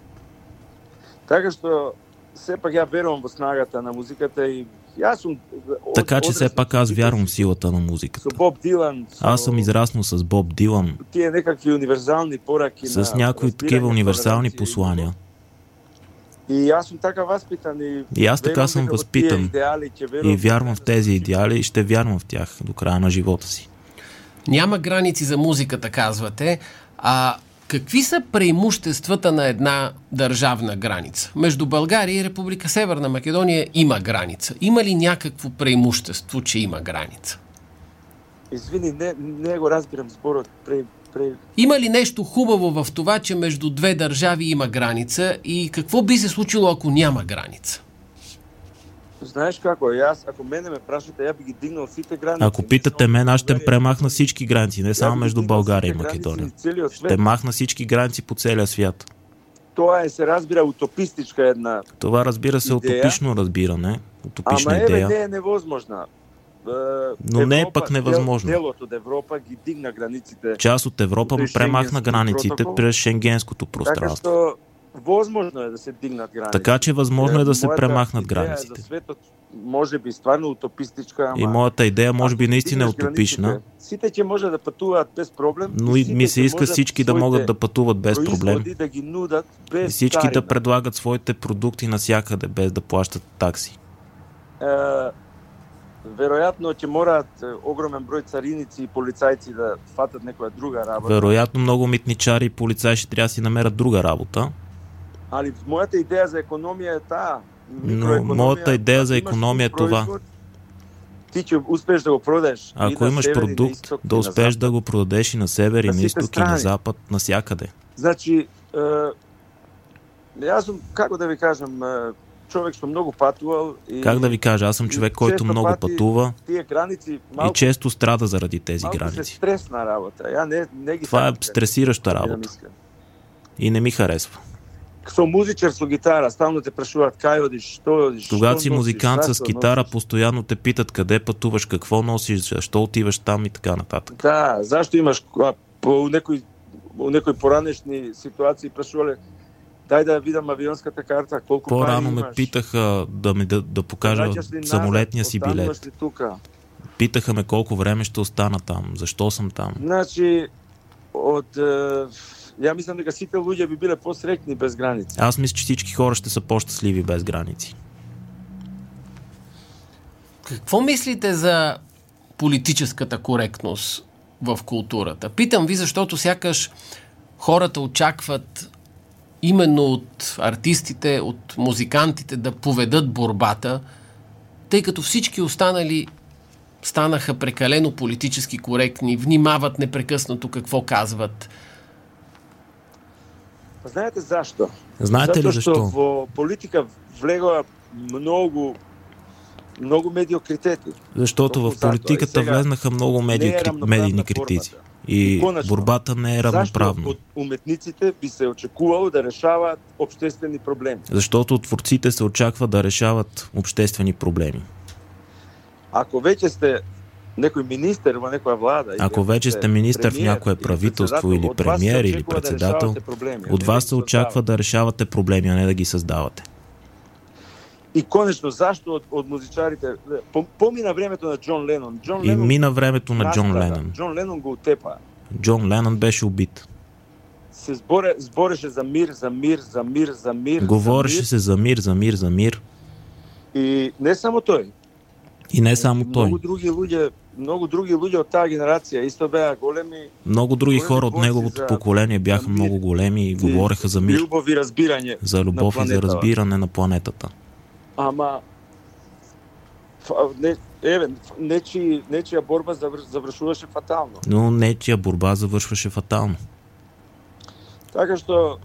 [SPEAKER 3] Така што сепак ја верувам во снагата на музиката и јас сум од-
[SPEAKER 4] Така че
[SPEAKER 3] одрасна
[SPEAKER 4] все пак аз
[SPEAKER 3] со-
[SPEAKER 4] вярвам в силата на
[SPEAKER 3] Со
[SPEAKER 4] музиката.
[SPEAKER 3] Боб Дилан, со
[SPEAKER 4] Аз съм израснал с Боб Дилан,
[SPEAKER 3] тие некакви универзални пораки
[SPEAKER 4] с
[SPEAKER 3] на
[SPEAKER 4] някои
[SPEAKER 3] разбирање,
[SPEAKER 4] такива универсални
[SPEAKER 3] толеранција и
[SPEAKER 4] послания.
[SPEAKER 3] И аз съм така възпитан и...
[SPEAKER 4] И аз така
[SPEAKER 3] верувам
[SPEAKER 4] съм
[SPEAKER 3] дека во
[SPEAKER 4] възпитан.
[SPEAKER 3] тия Идеали, че верувам,
[SPEAKER 4] И вярвам в тези идеали и ще вярвам в тях до края на живота си.
[SPEAKER 3] Ами,
[SPEAKER 2] Няма граници за музиката, казвате. А какви са преимуществата на една държавна граница? Между България и Република Северна Македония има граница. Има ли някакво преимущество, че има граница?
[SPEAKER 3] Извини, не, не го разбирам зборот. Пре, пре...
[SPEAKER 2] Има ли нещо хубаво в това, че между две държави има граница и какво би се случило, ако няма граница?
[SPEAKER 3] Знаеш како, е, аз, ако мене ме прашате, я би ги дигнал сите граници.
[SPEAKER 4] Ако
[SPEAKER 3] не
[SPEAKER 4] питате
[SPEAKER 3] само
[SPEAKER 4] мен, аз ще
[SPEAKER 3] България.
[SPEAKER 4] премахна всички граници, не
[SPEAKER 3] Я би
[SPEAKER 4] само
[SPEAKER 3] ги
[SPEAKER 4] между
[SPEAKER 3] дигнал
[SPEAKER 4] България и
[SPEAKER 3] сите граници
[SPEAKER 4] Македония.
[SPEAKER 3] и целиот свет.
[SPEAKER 4] Ще махна всички граници по целия свят.
[SPEAKER 3] Тоа е, се разбира, утопистичка една.
[SPEAKER 4] Това разбира се е
[SPEAKER 3] Идея.
[SPEAKER 4] утопично разбиране, утопична
[SPEAKER 3] Ама еве,
[SPEAKER 4] идея.
[SPEAKER 3] не е невъзможна. Е,
[SPEAKER 4] Но не е пък
[SPEAKER 3] дел-
[SPEAKER 4] невъзможно.
[SPEAKER 3] делото от Европа ги дигна границите.
[SPEAKER 4] Част от Европа
[SPEAKER 3] Той
[SPEAKER 4] премахна
[SPEAKER 3] Шенгенски
[SPEAKER 4] границите
[SPEAKER 3] протокол.
[SPEAKER 4] през шенгенското
[SPEAKER 3] Така
[SPEAKER 4] пространство.
[SPEAKER 3] що възможно е да се дигнат граници.
[SPEAKER 4] Така че възможно е да се
[SPEAKER 3] нали? Моята
[SPEAKER 4] премахнат
[SPEAKER 3] идея
[SPEAKER 4] границите.
[SPEAKER 3] За светът може би стvarно утопистичка, ама...
[SPEAKER 4] И моята идея може би
[SPEAKER 3] ако
[SPEAKER 4] наистина е
[SPEAKER 3] стигнеш
[SPEAKER 4] утопична,
[SPEAKER 3] границите, Сите ќе може да пътуват без проблем.
[SPEAKER 4] но и
[SPEAKER 3] сите
[SPEAKER 4] ми се
[SPEAKER 3] ќе
[SPEAKER 4] иска
[SPEAKER 3] можат
[SPEAKER 4] всички да
[SPEAKER 3] своите
[SPEAKER 4] могат да пътуват без проблем.
[SPEAKER 3] производи да ги нудат
[SPEAKER 4] И
[SPEAKER 3] без
[SPEAKER 4] всички да
[SPEAKER 3] старина.
[SPEAKER 4] предлагат своите продукти навсякъде, без да плащат такси.
[SPEAKER 3] Е, веројатно ќе мораат е, огромен број цариници и полицајци да фатат некоја друга работа.
[SPEAKER 4] Вероятно много митничари и полицаи ще трябва да си намерят друга работа,
[SPEAKER 3] Али мојата идеја за економија е таа.
[SPEAKER 4] но моята идея за економия е това.
[SPEAKER 3] Ти ќе успееш да го продадеш. и
[SPEAKER 4] Ако
[SPEAKER 3] на
[SPEAKER 4] имаш
[SPEAKER 3] север, и на
[SPEAKER 4] продукт,
[SPEAKER 3] исток, и
[SPEAKER 4] да
[SPEAKER 3] на
[SPEAKER 4] успееш да го продадеш и на север, и
[SPEAKER 3] На
[SPEAKER 4] на
[SPEAKER 3] сите
[SPEAKER 4] изток, и на
[SPEAKER 3] страни.
[SPEAKER 4] запад, навсякъде.
[SPEAKER 3] Значи, е, аз съм, како да ви кажам, е, човек што многу патувал и
[SPEAKER 4] Как да ви кажа, аз съм
[SPEAKER 3] и
[SPEAKER 4] човек, който
[SPEAKER 3] често
[SPEAKER 4] много
[SPEAKER 3] пъти
[SPEAKER 4] пътува
[SPEAKER 3] тие граници
[SPEAKER 4] и
[SPEAKER 3] малко,
[SPEAKER 4] често страда заради тези
[SPEAKER 3] малко се
[SPEAKER 4] граници.
[SPEAKER 3] стресна работа. Ја не, не ги
[SPEAKER 4] Това е
[SPEAKER 3] сакам,
[SPEAKER 4] стресираща
[SPEAKER 3] да
[SPEAKER 4] работа
[SPEAKER 3] мисля.
[SPEAKER 4] и не ми харесва.
[SPEAKER 3] Со музичар со гитара, стално те прашуваат кај одиш, што одиш,
[SPEAKER 4] Когато
[SPEAKER 3] што
[SPEAKER 4] си
[SPEAKER 3] носиш,
[SPEAKER 4] музикант
[SPEAKER 3] што
[SPEAKER 4] с китара,
[SPEAKER 3] носиш.
[SPEAKER 4] постоянно те питат къде пътуваш, какво носиш, защо отиваш там и така нататък.
[SPEAKER 3] Да, зашто имаш а, по у некои у некои поранешни ситуации прашувале дај да видам авионската карта, колку пари
[SPEAKER 4] По-рано ме
[SPEAKER 3] имаш.
[SPEAKER 4] питаха да ми да, да покажа
[SPEAKER 3] Враќаш ли назад,
[SPEAKER 4] самолетния си
[SPEAKER 3] остануваш
[SPEAKER 4] билет.
[SPEAKER 3] ли тука?
[SPEAKER 4] Питаха ме колко време ще остана там, защо съм там.
[SPEAKER 3] Значи, од... е, Ја мислам дека сите луѓе би биле посрекни без граници.
[SPEAKER 4] Аз мисля, че всички хора ще са по-щастливи без граници.
[SPEAKER 2] Какво мислите за политическата коректност в културата? Питам ви, защото сякаш хората очакват именно от артистите, от музикантите да поведат борбата, тъй като всички останали станаха прекалено политически коректни, внимават непрекъснато какво казват.
[SPEAKER 3] Знаете защо?
[SPEAKER 4] Знаете ли
[SPEAKER 3] Zato što
[SPEAKER 4] защо?
[SPEAKER 3] v политика влегла много, много медиокритети.
[SPEAKER 4] Защото
[SPEAKER 3] Точно
[SPEAKER 4] в
[SPEAKER 3] затова. И
[SPEAKER 4] политиката
[SPEAKER 3] сега
[SPEAKER 4] влезнаха много медии,
[SPEAKER 3] не е
[SPEAKER 4] кри...
[SPEAKER 3] равноправна
[SPEAKER 4] медийни
[SPEAKER 3] формата.
[SPEAKER 4] критици. И
[SPEAKER 3] Конечно.
[SPEAKER 4] борбата не е
[SPEAKER 3] Защо
[SPEAKER 4] равноправна.
[SPEAKER 3] от уметниците би се очакувало да решават обществени проблеми?
[SPEAKER 4] Защото от творците се очаква да решават обществени проблеми.
[SPEAKER 3] Ако вече сте некой министър в някоя влада... или
[SPEAKER 4] Ако вече сте министър в
[SPEAKER 3] премиер
[SPEAKER 4] някое
[SPEAKER 3] или
[SPEAKER 4] правителство
[SPEAKER 3] председател,
[SPEAKER 4] или
[SPEAKER 3] от вас се
[SPEAKER 4] премиер или
[SPEAKER 3] очаква да
[SPEAKER 4] председател,
[SPEAKER 3] решавате проблеми, а не
[SPEAKER 4] От
[SPEAKER 3] да
[SPEAKER 4] вас
[SPEAKER 3] ги
[SPEAKER 4] се очаква
[SPEAKER 3] създавате.
[SPEAKER 4] да решавате проблеми, а не да ги създавате.
[SPEAKER 3] И конечно, защо от, от музичарите... Пом- Помина времето на Джон Ленон. Джон
[SPEAKER 4] И
[SPEAKER 3] Ленон
[SPEAKER 4] мина времето на Джон
[SPEAKER 3] настрада.
[SPEAKER 4] Ленън.
[SPEAKER 3] Джон Ленон го отепа.
[SPEAKER 4] Джон Ленън беше убит.
[SPEAKER 3] Се сборе, сбореше за мир, за мир, за мир, за мир. за
[SPEAKER 4] Говореше
[SPEAKER 3] мир.
[SPEAKER 4] се за мир, за мир, за мир.
[SPEAKER 3] И не само той.
[SPEAKER 4] И не само той.
[SPEAKER 3] Много други луѓе, много други луѓе от тази генерация. Исто беа големи
[SPEAKER 4] Много други
[SPEAKER 3] големи
[SPEAKER 4] хора от
[SPEAKER 3] борци
[SPEAKER 4] неговото
[SPEAKER 3] за-
[SPEAKER 4] поколение бяха
[SPEAKER 3] за мир.
[SPEAKER 4] много големи и говореха за
[SPEAKER 3] и
[SPEAKER 4] мир,
[SPEAKER 3] любов и разбирание.
[SPEAKER 4] за любов
[SPEAKER 3] на
[SPEAKER 4] и за
[SPEAKER 3] планетата.
[SPEAKER 4] разбиране на планетата.
[SPEAKER 3] Ама, ф- не, еве, нечи, нечия борба завр- завршуваше фатално.
[SPEAKER 4] Но нечия борба завършваше фатално.
[SPEAKER 3] Така што,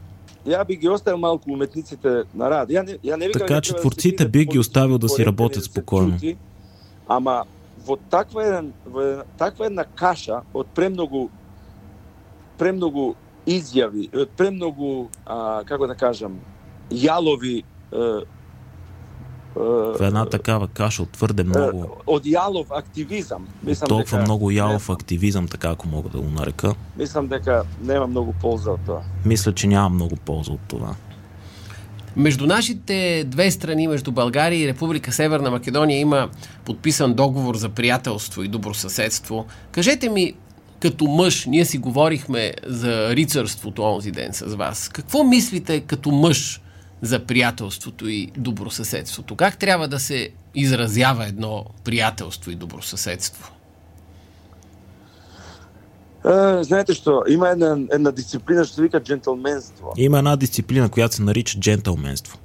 [SPEAKER 3] ја би ги оставил малку уметниците на рад. Ја не, ја не викам,
[SPEAKER 4] Така
[SPEAKER 3] дека
[SPEAKER 4] че
[SPEAKER 3] треба да се
[SPEAKER 4] творците
[SPEAKER 3] биде
[SPEAKER 4] би ги оставил да си
[SPEAKER 3] политички
[SPEAKER 4] работят
[SPEAKER 3] коректни, да се
[SPEAKER 4] спокойно.
[SPEAKER 3] чути, Ама во таква еден, во една, таква една каша од премногу премногу изјави, од премногу е, а, како да кажам, јалови е,
[SPEAKER 4] В една такава каша от твърде много,
[SPEAKER 3] од јалов активизам. Мислам
[SPEAKER 4] толкова
[SPEAKER 3] дека,
[SPEAKER 4] много ялов активизъм, така ако мога да го нарека,
[SPEAKER 3] Мислам дека нема многу полза од тоа.
[SPEAKER 4] мисля, че няма много полза от това.
[SPEAKER 2] Между нашите две страни, между България и Република Северна Македония, има подписан договор за приятелство и добросъседство. Кажете ми, като мъж, ние си говорихме за рицарството онзи ден с вас. Какво мислите като мъж за приятелството и добросъседството? Как трябва да се изразява едно приятелство и добросъседство?
[SPEAKER 3] Е, знаете што, има една, една дисциплина што се вика джентлменство.
[SPEAKER 4] Има една дисциплина, която се нарича джентълменство.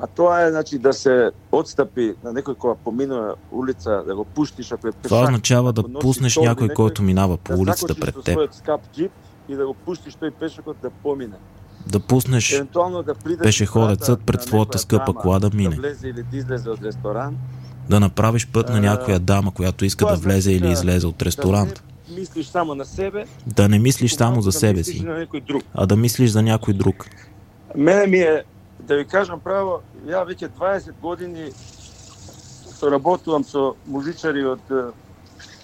[SPEAKER 3] А тоа е значи да се отстапи на некој која поминува улица, да го пуштиш ако е пешак.
[SPEAKER 4] Това означава
[SPEAKER 3] ако
[SPEAKER 4] да
[SPEAKER 3] носи
[SPEAKER 4] пуснеш
[SPEAKER 3] торби,
[SPEAKER 4] някой,
[SPEAKER 3] некој
[SPEAKER 4] който минава по
[SPEAKER 3] да
[SPEAKER 4] улицата
[SPEAKER 3] закочиш
[SPEAKER 4] пред
[SPEAKER 3] до
[SPEAKER 4] теб,
[SPEAKER 3] својот скап джип и да го пуштиш тој пешакот да помине.
[SPEAKER 4] да пуснеш
[SPEAKER 3] Евентуално да придеш
[SPEAKER 4] пешеходецът
[SPEAKER 3] колата
[SPEAKER 4] пред
[SPEAKER 3] на
[SPEAKER 4] своята
[SPEAKER 3] некоја
[SPEAKER 4] скъпа
[SPEAKER 3] дама,
[SPEAKER 4] кола да мине.
[SPEAKER 3] Да влезе или да излезе од ресторант.
[SPEAKER 4] да направиш път на
[SPEAKER 3] А,
[SPEAKER 4] някоя дама, която иска да
[SPEAKER 3] е, това значи
[SPEAKER 4] влезе или
[SPEAKER 3] да-
[SPEAKER 4] излезе от ресторант.
[SPEAKER 3] Да не мислиш само на себе.
[SPEAKER 4] Да не мислиш само
[SPEAKER 3] малко
[SPEAKER 4] за
[SPEAKER 3] да
[SPEAKER 4] себе
[SPEAKER 3] мислиш и
[SPEAKER 4] си,
[SPEAKER 3] На некој друг.
[SPEAKER 4] а да мислиш за някой друг.
[SPEAKER 3] Мене ми е, да ви кажам право, ја веќе 20 години работувам со музичари од, е,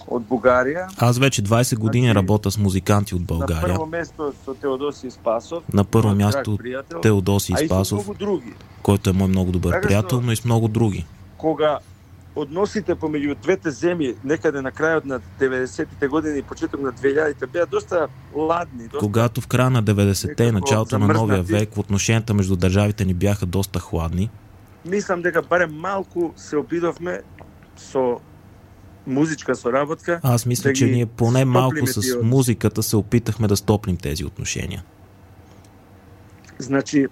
[SPEAKER 3] од Бугарија.
[SPEAKER 4] Аз вече 20 години
[SPEAKER 3] Значи,
[SPEAKER 4] работя с музиканти от
[SPEAKER 3] На
[SPEAKER 4] България.
[SPEAKER 3] прво место со Теодоси Спасов.
[SPEAKER 4] На първо
[SPEAKER 3] мој драг
[SPEAKER 4] място
[SPEAKER 3] пријател,
[SPEAKER 4] Теодосий
[SPEAKER 3] а и со
[SPEAKER 4] Спасов,
[SPEAKER 3] многу други.
[SPEAKER 4] който е мой много добър
[SPEAKER 3] Така що-
[SPEAKER 4] приятел, но и с много други.
[SPEAKER 3] Кога односите помеѓу двете земји некаде на крајот на 90-тите години и почеток на 2000-те беа доста ладни, доста
[SPEAKER 4] Когато в края на 90-те и
[SPEAKER 3] Някакво
[SPEAKER 4] началото на новия
[SPEAKER 3] замръзнати.
[SPEAKER 4] век отношенията между държавите ни бяха доста хладни,
[SPEAKER 3] мислам дека барем малку се обидовме со музичка соработка
[SPEAKER 4] аз мисля,
[SPEAKER 3] Да
[SPEAKER 4] че
[SPEAKER 3] ги
[SPEAKER 4] ние поне
[SPEAKER 3] стоплиме
[SPEAKER 4] малко с
[SPEAKER 3] тия-
[SPEAKER 4] музиката се опитахме да стоплим тези отношения.
[SPEAKER 3] Значи,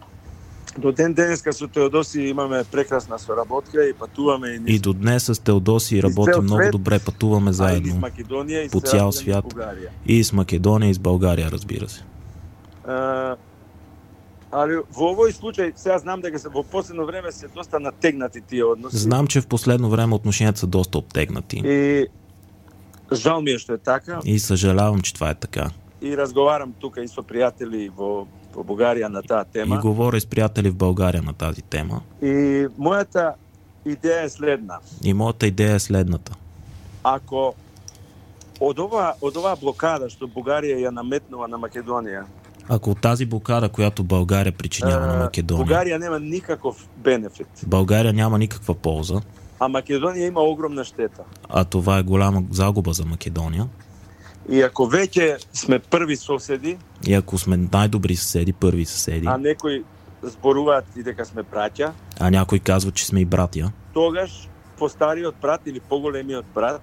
[SPEAKER 3] до ден денеска со Теодоси имаме прекрасна соработка и пътуваме и,
[SPEAKER 4] И до днес с Теодоси работим
[SPEAKER 3] цел
[SPEAKER 4] много
[SPEAKER 3] свет,
[SPEAKER 4] добре, пътуваме
[SPEAKER 3] а, и низ
[SPEAKER 4] заедно.
[SPEAKER 3] Македония и
[SPEAKER 4] по
[SPEAKER 3] сега
[SPEAKER 4] цял
[SPEAKER 3] и низ
[SPEAKER 4] свят.
[SPEAKER 3] Бугария.
[SPEAKER 4] И с Македония, и с България, разбира се.
[SPEAKER 3] А, али во овој случај, сега знам дека се во последно време се доста натегнати тие односи.
[SPEAKER 4] Знам, че в последно време отношенията са доста обтегнати.
[SPEAKER 3] И жал ми е што е така
[SPEAKER 4] И съжалявам, че това е така.
[SPEAKER 3] и разговарам тука и со пријатели во, во Бугарија на таа
[SPEAKER 4] И
[SPEAKER 3] тема.
[SPEAKER 4] говоря и с приятели в България на тази тема.
[SPEAKER 3] И мојата идеја е следна.
[SPEAKER 4] И моята идея е следната.
[SPEAKER 3] Ако од ова, од оваа блокада што Бугарија ја наметнува на Македонија,
[SPEAKER 4] Ако от тази блокада, която България причинява на
[SPEAKER 3] Е,
[SPEAKER 4] Македония,
[SPEAKER 3] Бугарија нема никаков бенефит,
[SPEAKER 4] България няма никаква полза,
[SPEAKER 3] а Македонија има огромна штета.
[SPEAKER 4] а това е голяма загуба за Македония.
[SPEAKER 3] И ако веќе сме први соседи,
[SPEAKER 4] И ако сме най-добри съседи, първи съседи,
[SPEAKER 3] а некои зборуваат и дека сме браќа,
[SPEAKER 4] а някой казва, че сме и братя,
[SPEAKER 3] тогаш постариот брат или поголемиот брат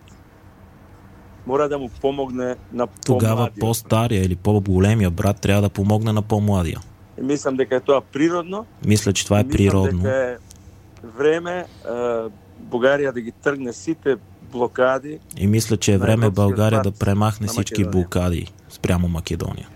[SPEAKER 3] мора да му помогне на
[SPEAKER 4] тогава
[SPEAKER 3] помладиот.
[SPEAKER 4] по-стария или по-големия брат трябва да помогне на по-младия.
[SPEAKER 3] И мислам дека е тоа природно.
[SPEAKER 4] Мисля, че това
[SPEAKER 3] и
[SPEAKER 4] е
[SPEAKER 3] мислам
[SPEAKER 4] природно.
[SPEAKER 3] Дека е време е, Бугарија да ги тргне сите блокади.
[SPEAKER 4] И мисля, че е
[SPEAKER 3] на
[SPEAKER 4] време
[SPEAKER 3] Европския
[SPEAKER 4] България да
[SPEAKER 3] път
[SPEAKER 4] премахне
[SPEAKER 3] на
[SPEAKER 4] всички
[SPEAKER 3] Македония.
[SPEAKER 4] блокади спрямо Македония.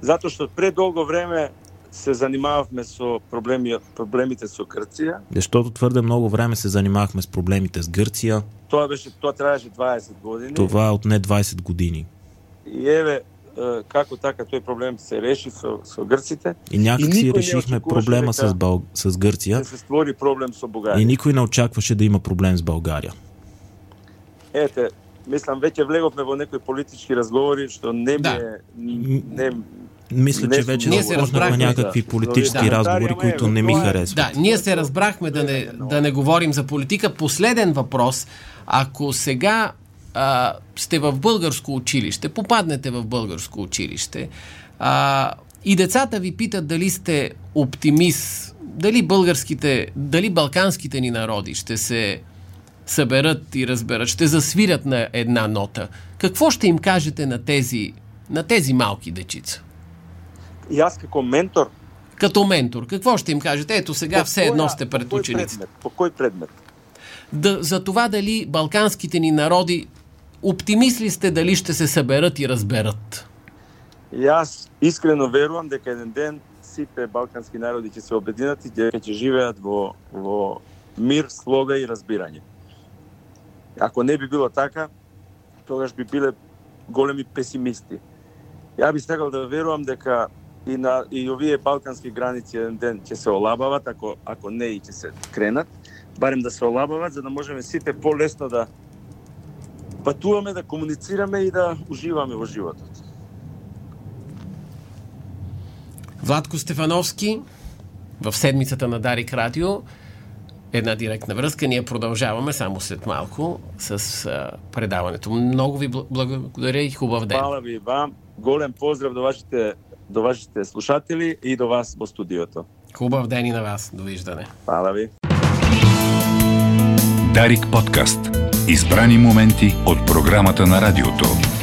[SPEAKER 3] Затоа што предолго време се занимававме со проблеми, проблемите со Грција.
[SPEAKER 4] Защото твърде много време се занимахме с проблемите с Гърция.
[SPEAKER 3] Тоа беше тоа траеше 20 години.
[SPEAKER 4] Това е отне 20 години.
[SPEAKER 3] И еве е, како така тој проблем се реши со, со грците,
[SPEAKER 4] И някак
[SPEAKER 3] И никой
[SPEAKER 4] си
[SPEAKER 3] не Е,
[SPEAKER 4] решихме
[SPEAKER 3] очакваше
[SPEAKER 4] проблема
[SPEAKER 3] дека-
[SPEAKER 4] с, Бъл... с Гърция.
[SPEAKER 3] се, се створи проблем со Бугарија.
[SPEAKER 4] И никой не очакваше да има проблем с България.
[SPEAKER 3] Ете, мислам веќе влеговме во некои политички разговори што не ми
[SPEAKER 2] Да.
[SPEAKER 3] е не
[SPEAKER 4] Мисля,
[SPEAKER 3] Не,
[SPEAKER 4] че вече
[SPEAKER 2] ние се
[SPEAKER 4] започнахме
[SPEAKER 2] разбрахме,
[SPEAKER 4] някакви
[SPEAKER 3] да.
[SPEAKER 4] политически
[SPEAKER 2] Да.
[SPEAKER 4] разговори,
[SPEAKER 3] България,
[SPEAKER 4] които
[SPEAKER 3] ме,
[SPEAKER 4] не ми
[SPEAKER 3] това е-
[SPEAKER 4] харесват.
[SPEAKER 2] Да, ние се разбрахме да не, да не говорим за политика. Последен въпрос. Ако сега а, сте в българско училище, попаднете в българско училище а, и децата ви питат дали сте оптимист, дали българските, дали балканските ни народи ще се съберат и разберат, ще засвирят на една нота, какво ще им кажете на тези, на тези малки дечица?
[SPEAKER 3] и аз како ментор
[SPEAKER 2] Като ментор, какво ще им кажете? Ето сега все
[SPEAKER 3] по која-
[SPEAKER 2] едно сте
[SPEAKER 3] по
[SPEAKER 2] пред
[SPEAKER 3] кој
[SPEAKER 2] учениците.
[SPEAKER 3] предмет, По кој предмет?
[SPEAKER 2] да, за това дали балканските ни народи оптимист ли сте дали ще се съберат и разберат?
[SPEAKER 3] И аз искрено верувам дека еден ден сите балкански народи ќе се обединат и дека ќе живеат во, во мир, слога и разбирање. Ако не би било така, тогаш би биле големи песимисти. Ја би сакал да верувам дека и на и овие балкански граници еден ден ќе се олабават, ако ако не и ќе се кренат, барем да се олабават за да можеме сите полесно да патуваме, да комуницираме и да уживаме во животот.
[SPEAKER 2] Владко Стефановски в седмицата на Дарик Радио една директна връзка. Ние продължаваме само след малко с а, предаването. Много ви бл- благодаря и хубав ден.
[SPEAKER 3] Hvala vi vam. Golem pozdrav do vašite, do vašite slušateli i do vas u studioto.
[SPEAKER 2] Хубав ден и на вас. Довиждане.
[SPEAKER 3] Hvala vi.
[SPEAKER 1] Дарик подкаст. Избрани моменти от програмата на радиото.